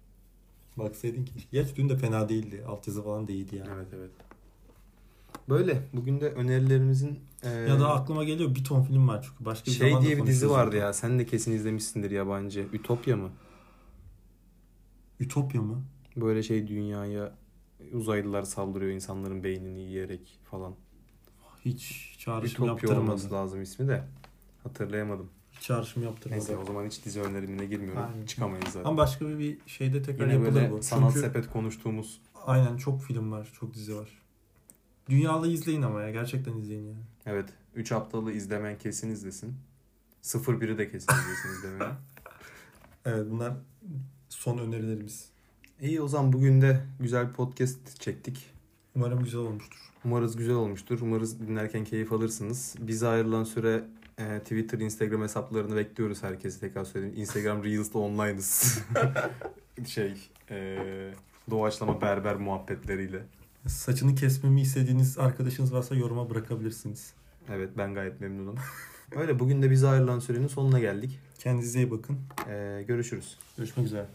Baksaydın ki. Geç dün de fena değildi. Altyazı falan değildi yani. Evet evet. Böyle. Bugün de önerilerimizin e, Ya da aklıma geliyor bir ton film var çünkü. Başka bir şey zaman da diye bir dizi konuşuruz vardı bunu. ya. Sen de kesin izlemişsindir yabancı. Ütopya mı? Ütopya mı? Böyle şey dünyaya uzaylılar saldırıyor insanların beynini yiyerek falan. Hiç çağrışım Ütopya olması yaptırmadı. lazım ismi de. Hatırlayamadım. Hiç çağrışım yaptırmadı. Neyse o zaman hiç dizi önerimine girmiyorum. Aynen. Çıkamayız zaten. Ama başka bir, bir şeyde tekrar Yine yapılır böyle bu. sanat Çünkü sepet konuştuğumuz aynen çok film var. Çok dizi var. Dünyalı izleyin ama ya. Gerçekten izleyin yani. evet 3 haftalı izlemen kesin izlesin. 01'i de kesin izlesin izlemeye. Evet bunlar son önerilerimiz. İyi o zaman bugün de güzel bir podcast çektik. Umarım güzel olmuştur. Umarız güzel olmuştur. Umarız dinlerken keyif alırsınız. Bize ayrılan süre e, Twitter, Instagram hesaplarını bekliyoruz herkesi tekrar söyleyeyim. Instagram Reels'te online'ız. şey e, doğaçlama berber muhabbetleriyle. Saçını kesmemi istediğiniz arkadaşınız varsa yoruma bırakabilirsiniz. Evet ben gayet memnunum. Öyle bugün de bize ayrılan sürenin sonuna geldik. E, Kendinize iyi bakın. Ee, görüşürüz. Görüşmek üzere.